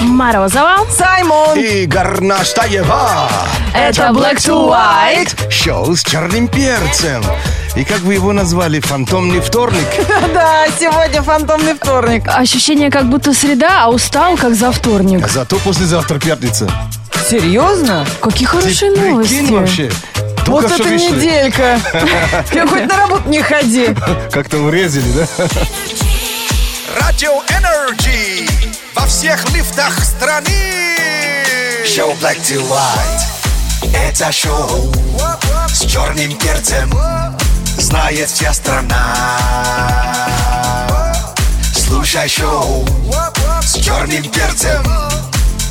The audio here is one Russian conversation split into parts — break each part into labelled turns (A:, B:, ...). A: Морозова.
B: Саймон.
C: И Гарнаш Таева.
A: Это Black to White.
C: Шоу с черным перцем. И как вы его назвали? Фантомный вторник?
B: Да, сегодня фантомный вторник.
A: Ощущение, как будто среда, а устал, как за вторник.
C: А зато послезавтра пятница.
B: Серьезно?
A: Какие
C: Ты
A: хорошие
C: прикинь
A: новости.
C: вообще.
B: Вот
C: Только что
B: это
C: вышли.
B: неделька. Ты хоть на работу не ходи.
C: Как-то урезали, да?
D: Радио Энерджи во всех лифтах страны. Шоу Black to White. Это шоу с черным перцем. Знает вся страна. Слушай шоу с черным перцем.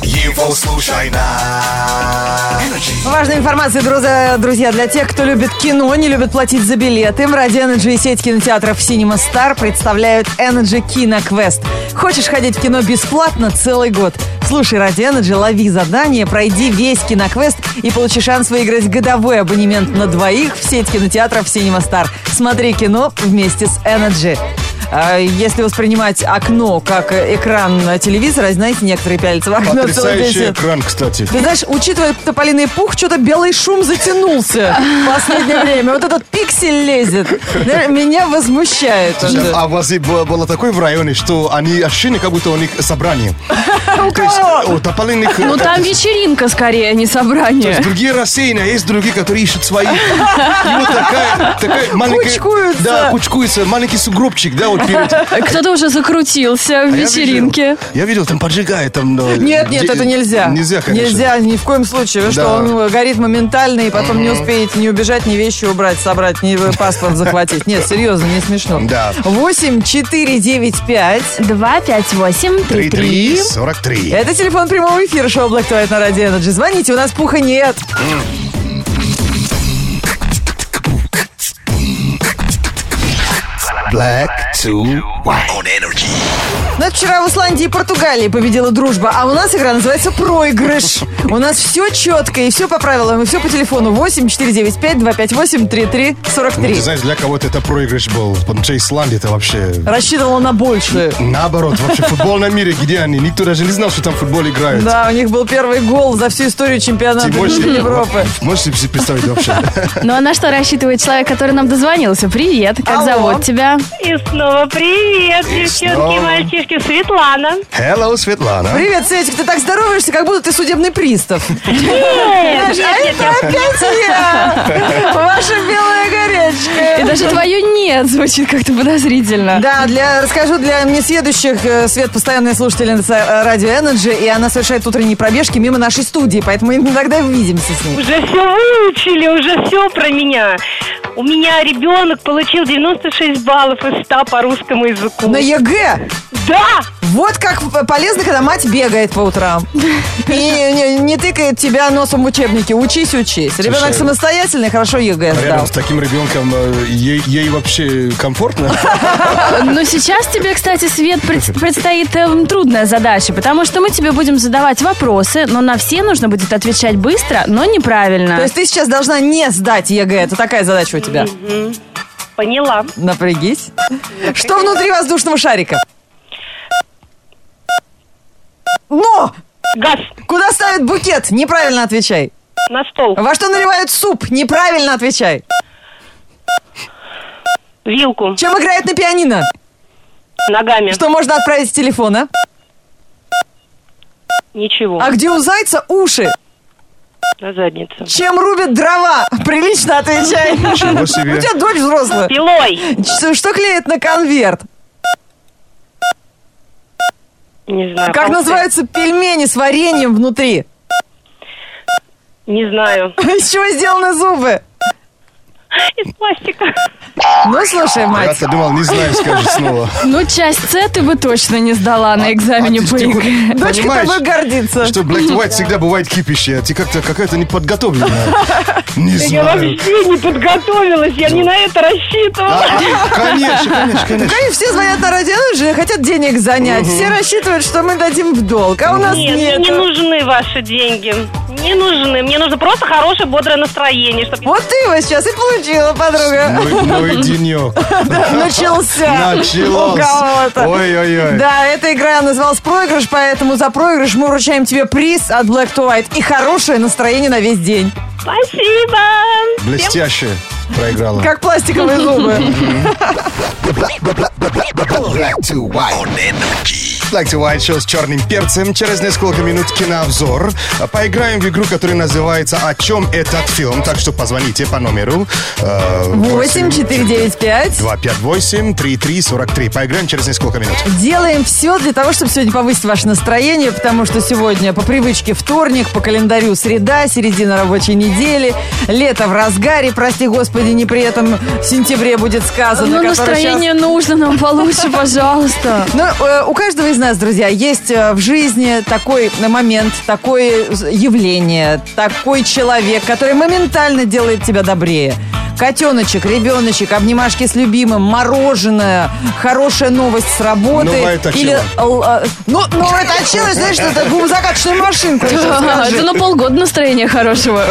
D: Его слушай на. Energy.
B: Важная информация, друзья, друзья, для тех, кто любит кино, не любит платить за билеты. В ради Energy и сеть кинотеатров Cinema Star представляют Energy Киноквест. Хочешь ходить в кино бесплатно целый год? Слушай ради Energy, лови задание, пройди весь киноквест и получи шанс выиграть годовой абонемент на двоих в сеть кинотеатров Cinema Star. Смотри кино вместе с Energy. А Если воспринимать окно как экран телевизора, знаете, некоторые пялятся в окно целый день.
C: Потрясающий
B: сидят.
C: экран, кстати.
B: Ты знаешь, учитывая тополиный пух, что-то белый шум затянулся в последнее время. Вот этот пиксель лезет. Да, Меня возмущает.
C: Слушай, А у вас и было, было такое в районе, что они ощущение, как будто у них собрание.
B: У
C: То есть, э, у тополиных...
A: Ну там вечеринка скорее, а не собрание.
C: Другие рассеяны, а есть другие, которые ищут свои. И вот такая, такая маленькая...
B: Кучкуются.
C: Да, кучкуется, маленький сугробчик, да, вот перед...
A: Кто-то уже закрутился в
C: А я
A: вечеринке.
C: видел- Я видел, там поджигает, там... э,
B: Нет, нет,
C: де-
B: это нельзя.
C: Нельзя, конечно.
B: Нельзя, ни в коем случае. Вы что,
C: Да.
B: он горит моментально, и потом не успеете ни убежать, ни вещи убрать, собрать, ни паспорт захватить. Нет, серьезно, не смешно.
C: Да.
B: 8 4 9 5.
A: 2, 5, 8, 3, 3.
C: 43.
B: Это телефон прямого эфира шоу Black to White на Радио Energy. Звоните, у нас пуха нет.
C: Black to
D: On Energy.
B: Ну, это вчера в Исландии и Португалии победила дружба, а у нас игра называется «Проигрыш». У нас все четко и все по правилам, и все по телефону 8 495 258
C: Ну,
B: 3343.
C: ты знаешь, для кого-то это проигрыш был. Потому что Исландия это вообще...
B: Рассчитывала на большее.
C: Наоборот, вообще футбол на мире, где они? Никто даже не знал, что там футбол играют.
B: Да, у них был первый гол за всю историю чемпионата
C: Ты можешь себе-
B: Европы.
C: Можешь себе представить вообще?
A: Ну а на что рассчитывает человек, который нам дозвонился? Привет, как
B: Алло.
A: зовут тебя?
E: И снова привет, девчонки
C: снова.
E: и мальчишки. Светлана.
C: Hello, Светлана.
B: Привет, Светик, ты так здороваешься, как будто ты судебный пристав. Знаешь, а это опять я! Ваша белая горячка.
A: И даже твое нет звучит как-то подозрительно.
B: Да, для, расскажу для несведущих. э, Свет постоянная слушательница э, Радио Энерджи, и она совершает утренние пробежки мимо нашей студии, поэтому иногда увидимся с ней.
E: Уже все выучили, уже все про меня. У меня ребенок получил 96 баллов из 100 по русскому языку.
B: На ЕГЭ
E: Да!
B: вот как п- полезно, когда мать бегает по утрам и не, не тыкает тебя носом в учебнике. Учись, учись. Ребенок
C: Слушай,
B: самостоятельный, хорошо ЕГЭ сдал.
C: Рядом с таким ребенком э, ей, ей вообще комфортно?
A: Но сейчас тебе, кстати, Свет, пред- предстоит эм, трудная задача, потому что мы тебе будем задавать вопросы, но на все нужно будет отвечать быстро, но неправильно.
B: То есть ты сейчас должна не сдать ЕГЭ. Это такая задача у тебя.
E: Поняла.
B: Напрягись. Что внутри воздушного шарика? Но!
E: Газ
B: Куда ставят букет? Неправильно отвечай.
E: на стол.
B: Во что наливают суп? Неправильно отвечай.
E: Вилку.
B: Чем играют на пианино?
E: Ногами.
B: Что можно отправить с телефона?
E: Ничего.
B: А где у зайца уши?
E: На задницу.
B: Чем рубят дрова? Прилично отвечай.
C: Ничего
B: У
C: себе.
B: тебя дочь взрослая.
E: Пилой.
B: Что что клеят на конверт?
E: Не знаю.
B: Как
E: палкой.
B: называются пельмени с вареньем внутри?
E: Не знаю.
B: Из чего сделаны зубы?
E: Из пластика.
B: Ну, слушай, мать.
C: Я-то думал, не знаю, скажет снова.
A: Ну, часть С ты бы точно не сдала на экзамене
C: а ты
A: по
C: что?
A: ЕГЭ.
B: Дочка
C: Понимаешь,
B: тобой гордится.
C: Что Black to White всегда бывает кипище, а ты как-то какая-то неподготовленная. Не
E: Я
C: знаю.
E: вообще не подготовилась. Я не на это рассчитывала.
C: А, а, Конечно, конечно, конечно.
B: И все звонят на радио, ну же хотят денег занять. Все рассчитывают, что мы дадим в долг, а у нас
E: Нет, мне
B: нет.
E: не нужны ваши деньги. не нужны. Мне нужно просто хорошее, бодрое настроение, чтобы
B: Вот ты его сейчас и получила, подруга.
C: Мой, мой денек.
B: Начался.
C: Началось.
B: У кого-то.
C: Ой-ой-ой.
B: Да, эта игра называлась «Проигрыш», поэтому за проигрыш мы вручаем тебе приз от Black to White и хорошее настроение на весь день.
E: Спасибо!
C: Блестяще проиграла.
B: Как пластиковые зубы.
D: Black to white.
C: Black to White Show с черным перцем. Через несколько минут кинообзор. Поиграем в игру, которая называется «О чем этот фильм?». Так что позвоните по номеру. э,
B: 8, 4, 9, 5.
C: 258 3343. Поиграем через несколько минут.
B: Делаем все для того, чтобы сегодня повысить ваше настроение, потому что сегодня по привычке вторник, по календарю среда, середина рабочей недели, лето в разгаре, прости господи, не при этом в сентябре будет сказано.
A: Ну,
B: который
A: настроение нужно нам получше, пожалуйста.
B: Ну, э, у каждого из нас, друзья, есть э, в жизни такой э, момент, такое з- явление, такой человек, который моментально делает тебя добрее. Котеночек, ребеночек, обнимашки с любимым, мороженое, хорошая новость с работы.
C: Новая точила.
B: Или, л- э, ну, новая точила, знаешь, это гумзакаточная машинка.
A: Это на полгода настроение хорошего.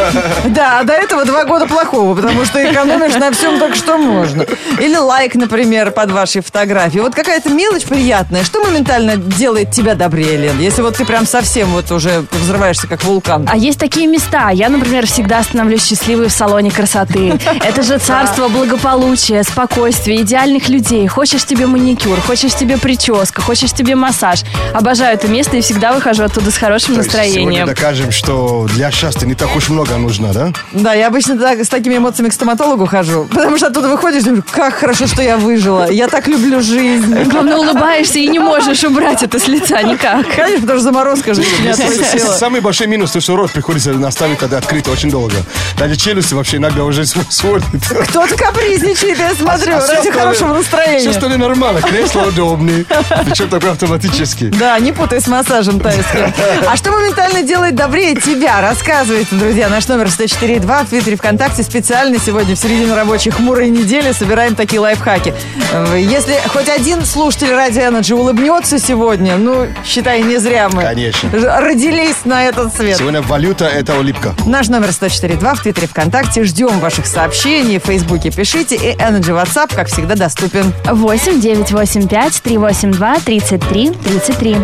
B: Да, а до этого два года плохого, потому что экономишь на всем так, что можно. Или лайк, например, под вашей фотографией. Вот какая-то мелочь приятная. Что моментально делает тебя добрее, Лен? Если вот ты прям совсем вот уже взрываешься, как вулкан.
A: А есть такие места. Я, например, всегда становлюсь счастливой в салоне красоты. Это же царство благополучия, спокойствия, идеальных людей. Хочешь тебе маникюр, хочешь тебе прическа, хочешь тебе массаж. Обожаю это место и всегда выхожу оттуда с хорошим
C: То есть Сегодня
A: настроением.
C: докажем, что для счастья не так уж много нужно, да?
B: Да, я обычно так- с такими эмоциями к стоматологу хожу, потому что оттуда выходишь, думаю, как хорошо, что я выжила. Я так люблю жизнь.
A: Ну, Главное, улыбаешься и не можешь убрать это с лица никак.
B: Конечно, потому что заморозка же меня отпустила.
C: Самый большой минус, то, что рот приходится наставить тогда открыто очень долго. Даже челюсти вообще иногда уже св- сводит.
B: Кто-то капризничает, я смотрю,
C: А всё
B: ради
C: остальное-
B: хорошего
C: Все
B: настроения.
C: остальное нормально, кресло удобнее. Причем такое автоматически.
B: Да, не путай с массажем тайским. А что моментально делает добрее тебя? Рассказывайте, друзья. Наш номер 104.2 в Твиттере ВКонтакте. Специально сегодня в середину рабочей хмурой недели собираем такие лайфхаки. Э, Если хоть один слушатель Радио Energy улыбнется сегодня, ну, считай, не зря мы
C: Конечно.
B: ж- родились на этот свет.
C: Сегодня валюта – это улыбка.
B: Наш номер 104.2 в Твиттере ВКонтакте. Ждем ваших сообщений. В Фейсбуке пишите. И Energy WhatsApp, как всегда, доступен.
A: 8 9 8 5 3 8 2 33 33.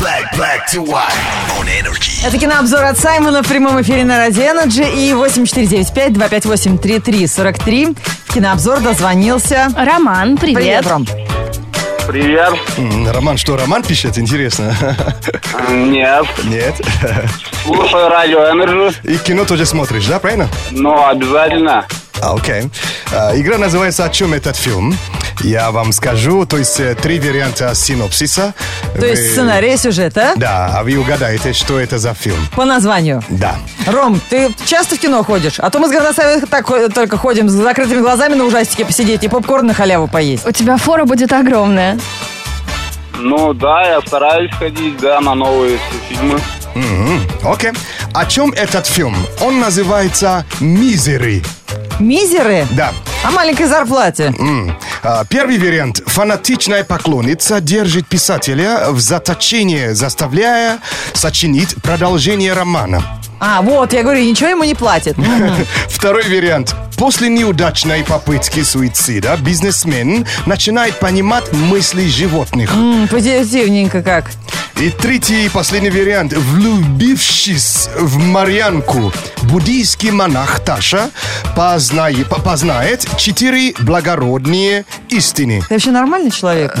D: Black, black to white. On energy.
B: Это кинообзор от Саймона в прямом эфире на Радио Энерджи и 8495-258-3343. В кинообзор дозвонился.
A: Роман, привет.
B: Привет, Ром.
F: Привет.
C: М, Роман, что, Роман пишет? Интересно.
F: Нет.
C: Нет.
F: Слушаю радио Energy,
C: И кино тоже смотришь, да, правильно?
F: но обязательно.
C: А, Окей. А, Игра называется «О чем этот фильм?». Я вам скажу, то есть э, три варианта синопсиса.
B: То есть сценарий, сюжет, а?
C: Да, а вы угадаете, что это за фильм.
B: По названию.
C: Да.
B: Ром, ты часто в кино ходишь? А то мы с Горносаевой так хо- только ходим с закрытыми глазами на ужастике посидеть и попкорн на халяву поесть.
A: У тебя фора будет огромная.
F: Ну да, я стараюсь ходить, да, на новые все фильмы.
C: Мгм. Окей. О чем этот фильм? Он называется «Мизери».
B: Мизеры?
C: Да.
B: О маленькой зарплате.
C: М. А, Первый вариант. Фанатичная поклонница держит писателя в заточении, заставляя сочинить продолжение романа.
B: А, вот, я говорю, ничего ему не платят.
C: Второй вариант. После неудачной попытки суицида бизнесмен начинает понимать мысли животных.
B: М, Позитивненько как.
C: И третий и последний вариант. Влюбившись в Марьянку, буддийский монах Таша познай- по- познает четыре благородные истины.
B: Ты вообще нормальный человек?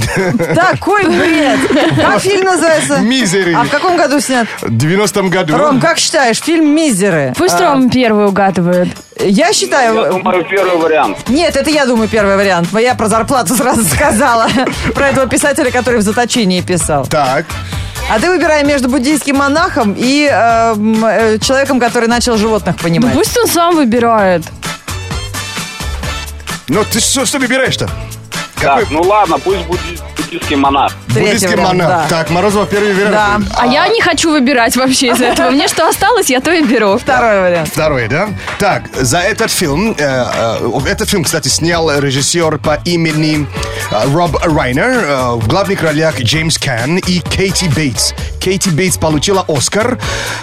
B: Такой бред! Как фильм называется?
C: Мизери.
B: А в каком году снят?
C: В 90-м году...
B: Ром, как считаешь, фильм «Мизеры»? А,
A: Пусть Ром первый угадывает.
B: Я
F: Я
B: считаю...
F: думаю, первый вариант.
B: Нет, это я думаю первый вариант. Но я про зарплату сразу сказала. Про этого писателя, который в заточении писал.
C: Так,
B: А ты выбирай между буддийским монахом и э, м, э, человеком, который начал животных
A: Ну
B: понимать.
A: пусть он сам выбирает.
C: ну ты что, что выбираешь-то?
F: Так, ну ладно, пусть будет буддийский монах.
B: Третий
C: Буддийский
B: вариант,
C: монах.
B: да.
C: Так, Морозова первый вариант.
B: Да.
A: А я не хочу выбирать вообще из этого. Мне что осталось, я то и беру.
B: Второй вариант.
C: Второй, да? Так, за этот фильм, э, э, этот фильм, кстати, снял режиссер по имени э, Роб Райнер, э, в главных ролях Джеймс Кан и Кейти Бейтс. Кейти Бейтс получила Оскар.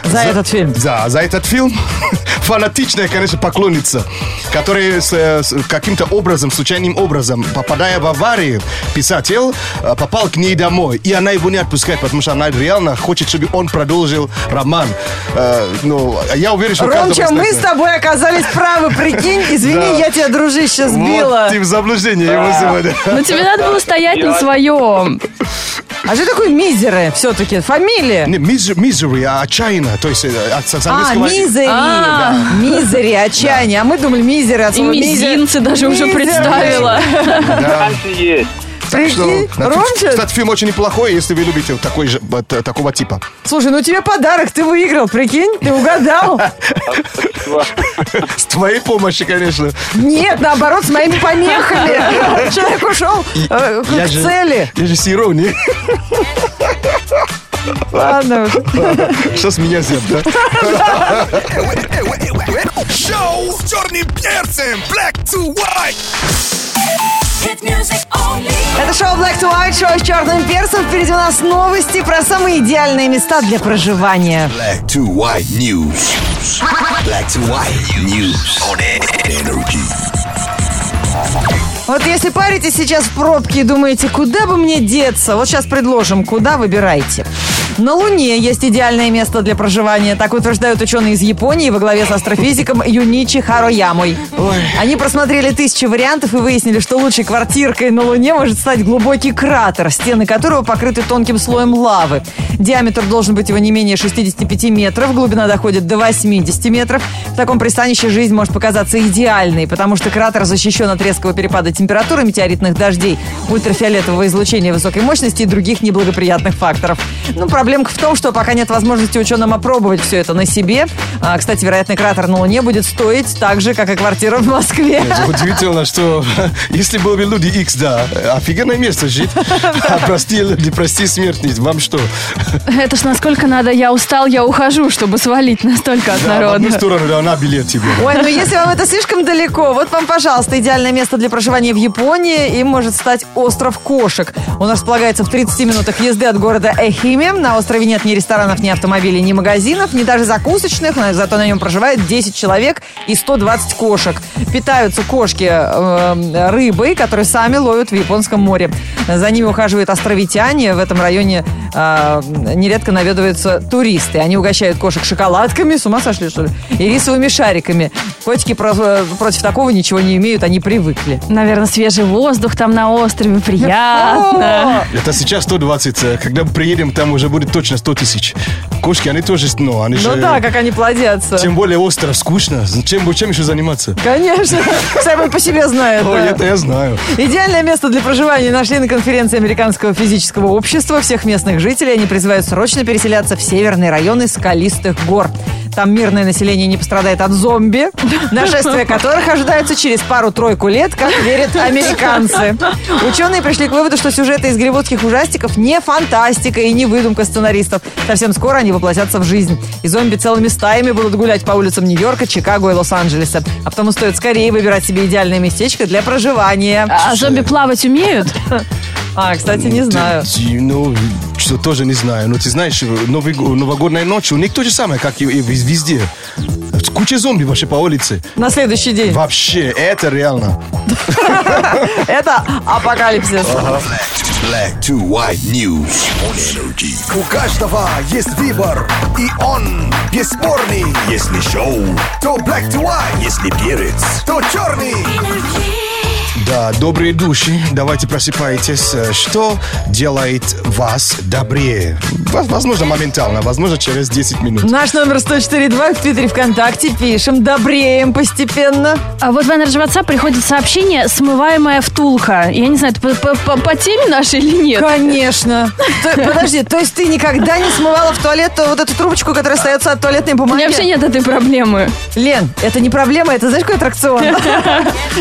B: За этот фильм.
C: Да, за этот фильм. Фанатичная, конечно, поклонница, которая с, э, с каким-то образом, случайным образом, попадая в аварию, писатель э, попал к ней домой, и она его не отпускает, потому что она реально хочет, чтобы он продолжил роман. Э, ну, я уверен, что... у каждого
B: Ромча, мы с
C: знает.
B: тобой оказались правы, прикинь. Извини,
C: Да.
B: я тебя, дружище, сбила.
C: Вот ты в заблуждение его сегодня.
A: Но тебе надо было стоять на своем.
B: А что такое мизеры все-таки? Фамилия?
C: Не, мизер- misery, а отчаянно, то есть э, от с- с
B: А,
C: английского-
B: мизери.
A: А.
B: Мизери, отчаяние. А мы думали, мизеры. от
A: И
B: слова мизер.
A: мизинцы даже уже
B: Мизери.
A: представила.
C: Да.
F: Шансы есть.
B: Прикинь,
C: Ну,
B: Ромчик,
C: Кстати, фильм очень неплохой, если вы любите вот такой же, вот, э, такого типа.
B: слушай, ну тебе подарок, ты выиграл, прикинь, ты угадал.
F: Спасибо.
C: С твоей помощью, конечно.
B: Нет, наоборот, с моими помехами. Человек ушел э, к
C: я же-
B: цели.
C: Я же с иронией.
B: Ладно уж.
C: Сейчас меня зеб, да?
D: Шоу с черным перцем. Black to white.
G: Hit music only.
B: Это шоу Black to White, шоу с черным перцем. Впереди у нас новости про самые идеальные места для проживания.
D: Black to white news. Black to white news. On energy.
B: Вот если паритесь сейчас в пробке и думаете, куда бы мне деться, вот сейчас предложим, куда выбирайте. На Луне есть идеальное место для проживания, так утверждают ученые из Японии во главе с астрофизиком Юничи Хароямой. Они просмотрели тысячи вариантов и выяснили, что лучшей квартиркой на Луне может стать глубокий кратер, стены которого покрыты тонким слоем лавы. Диаметр должен быть его не менее 65 метров, глубина доходит до 80 метров. В таком пристанище жизнь может показаться идеальной, потому что кратер защищен от резкого перепада температуры, метеоритных дождей, ультрафиолетового излучения высокой мощности и других неблагоприятных факторов. Ну, проблемка в том, что пока нет возможности ученым опробовать все это на себе. А, кстати, вероятно, кратер на Луне будет стоить так же, как и квартира в Москве.
C: Удивительно, что если были люди X, да, офигенное место жить. А прости, люди, прости, смертность, вам что?
A: Это ж насколько надо, я устал, я ухожу, чтобы свалить настолько от
C: Да, в одну
A: народа.
C: сторону, да, на билет тебе.
B: Ой, ну если вам это слишком далеко, вот вам, пожалуйста, идеальное место для проживания в Японии. Им может стать остров кошек. Он располагается в 30 минутах езды от города Эхиме. На острове нет ни ресторанов, ни автомобилей, ни магазинов, ни даже закусочных. но Зато на нем проживает 10 человек и 120 кошек. Питаются кошки э, рыбой, которые сами ловят в Японском море. За ними ухаживают островитяне. В этом районе э, нередко наведываются туристы. Они угощают кошек шоколадками, с ума сошли, что ли, и рисовыми шариками. Котики про- против такого ничего не имеют, они привыкли.
A: Наверное, свежий воздух там на острове, приятно.
B: О,
C: Это сейчас 120, э, когда мы приедем, там уже будет точно 100 тысяч. Кошки, они тоже, ну, они
B: Ну
C: же...
B: да, как они плодятся.
C: Тем более остров, скучно. Чем, чем еще заниматься?
B: Конечно, сами по себе знают.
C: Ой,
B: да.
C: это я знаю.
B: Идеальное место для проживания нашли на конференции Американского физического общества. Всех местных жителей они призывают срочно переселяться в северные районы скалистых гор. Там мирное население не пострадает от зомби, нашествие которых ожидается через пару-тройку лет, как верят американцы. Ученые пришли к выводу, что сюжеты из голливудских ужастиков не фантастика и не выдумка сценаристов. Совсем скоро они воплотятся в жизнь. И зомби целыми стаями будут гулять по улицам Нью-Йорка, Чикаго и Лос-Анджелеса. А потому стоит скорее выбирать себе идеальное местечко для проживания.
A: А зомби плавать умеют?
B: А, кстати, не
C: Ты-
B: знаю.
C: ты, ну, что тоже не знаю. Но ты знаешь, Новый го- новогодняя ночь, у них то же самое, как и и вез- везде. Куча зомби вообще по улице.
B: На следующий день.
C: Вообще, это реально.
B: Это апокалипсис.
D: Black to white news. On energy. У каждого есть выбор, и он бесспорный. Если шоу, то E black to white. Если перец, то черный.
C: Да, добрые души, давайте просыпайтесь. Э, Что делает вас добрее? Воз- Возможно, моментально, возможно, через 10 минут.
B: Наш номер 104.2 в Твиттере ВКонтакте. Пишем, добреем постепенно.
A: А вот в Energy WhatsApp приходит сообщение «Смываемая втулка». Я не знаю, это по, по- по- по теме нашей или нет?
B: Конечно. То- подожди, то есть ты никогда не смывала в туалет вот эту трубочку, которая остается от туалетной
A: У
B: бумаги?
A: меня вообще нет этой проблемы.
B: Лен, это не проблема, это знаешь, какой аттракцион?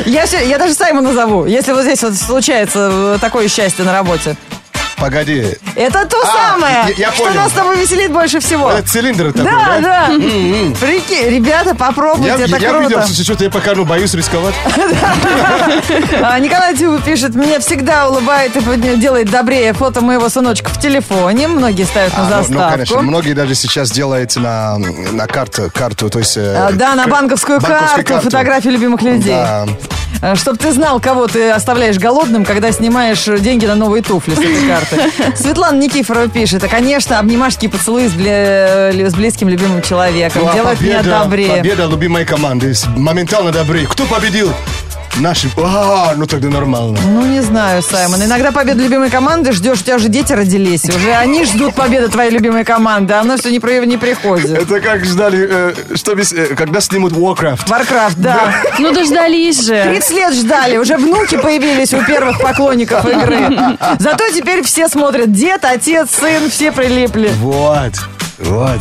B: Я, всё- я даже Сайму назову, если вот здесь вот случается э, такое счастье на работе.
C: Погоди,
B: Это то
C: А,
B: самое,
C: я- я
B: что
C: понял.
B: нас с тобой веселит больше всего.
C: это э, цилиндр такой,
B: Да,
C: да? М-м-м.
B: да. Прикинь, ребята, попробуйте,
C: Я,
B: это
C: я
B: круто.
C: видел, что что-то я пока ну, боюсь рисковать.
B: А, Николай Тюбы пишет, меня всегда улыбает и подня- делает добрее фото моего сыночка в телефоне. Многие ставят на
C: А, ну,
B: заставку.
C: ну, конечно, многие даже сейчас делают на, на карту, карту, то есть... э,
B: А, Да, на
C: к-
B: банковскую,
C: банковскую
B: карту, фотографии любимых людей.
C: Да.
B: Чтобы ты знал, кого ты оставляешь голодным, когда снимаешь деньги на новые туфли с этой карты. Светлана Никифорова пишет, а, конечно, обнимашки и поцелуи с, бли- с близким любимым человеком.
C: Ну, а
B: Делают меня
C: победа-
B: добрее.
C: Победа любимой команды. с- Моментально добрее. Кто победил? Наши. А, ну тогда нормально.
B: Ну, не знаю, Саймон. Иногда победу любимой команды ждешь, у тебя уже дети родились. Уже они ждут победы твоей любимой команды, а она все не, при- не приходит.
C: Это как ждали, э, что без- э, когда снимут Warcraft.
B: Варкрафт, да.
A: Ну дождались же.
B: 30 лет ждали, уже внуки появились у первых поклонников игры. Зато теперь все смотрят. Дед, отец, сын, все прилипли.
C: Вот. Вот.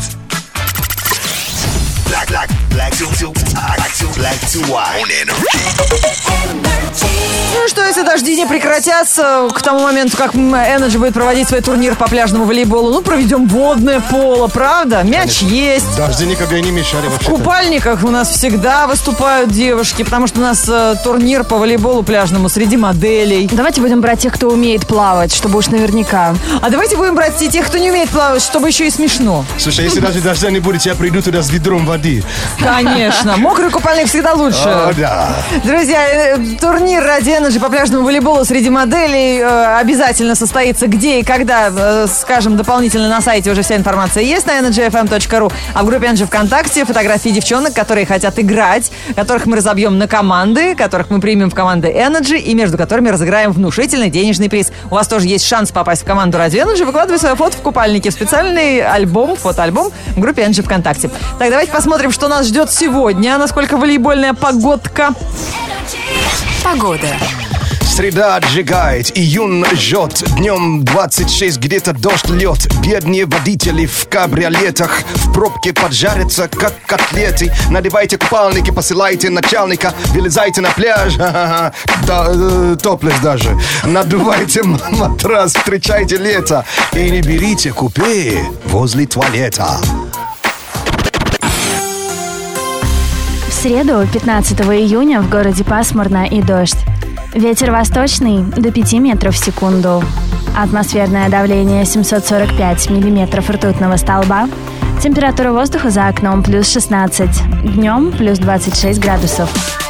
D: Black, black, black to, to, black to, black to white. On energy.
G: energy,
B: Ну что, если дожди не прекратятся к тому моменту, как м, Energy будет проводить свой турнир по пляжному волейболу, ну, проведем водное поло, правда? Мяч есть.
C: Дожди никогда не мешали
B: В
C: вообще.
B: купальниках у нас всегда выступают девушки, потому что у нас э, турнир по волейболу пляжному среди моделей.
A: Давайте будем брать тех, кто умеет плавать, чтобы уж наверняка.
B: А давайте будем брать и тех, кто не умеет плавать, чтобы еще и смешно.
C: Слушай, если даже дождя не будет, я приду туда с ведром воды.
B: Конечно, мокрый купальник всегда
C: А,
B: лучше.
C: да.
B: Друзья, э, турнир ради Energy по пляжному волейболу среди моделей э, обязательно состоится где и когда. Э, Скажем, дополнительно на сайте уже вся информация есть на energyfm.ru. А в группе Energy ВКонтакте фотографии девчонок, которые хотят играть, которых мы разобьем на команды, которых мы примем в команды Energy и между которыми разыграем внушительный денежный приз. У вас тоже есть шанс попасть в команду ради Energy. Выкладывай свое фото в купальнике в специальный альбом, фотоальбом в группе Energy ВКонтакте. Так, давайте посмотрим, что нас ждет сегодня, насколько волейбольная погодка.
C: Среда отжигает, июнь жжет, днем 26, где-то дождь лед. Бедные водители в кабриолетах, в пробке поджарятся, как котлеты. Надевайте купальники, посылайте начальника, вылезайте на пляж, да, э, топлес даже. Надувайте м- матрас, встречайте лето и не берите купе возле туалета.
H: В среду, 15 июня, в городе пасмурно и дождь. Ветер восточный до 5 метров в секунду. Атмосферное давление 745 миллиметров ртутного столба. Температура воздуха за окном плюс 16. Днем плюс 26 градусов.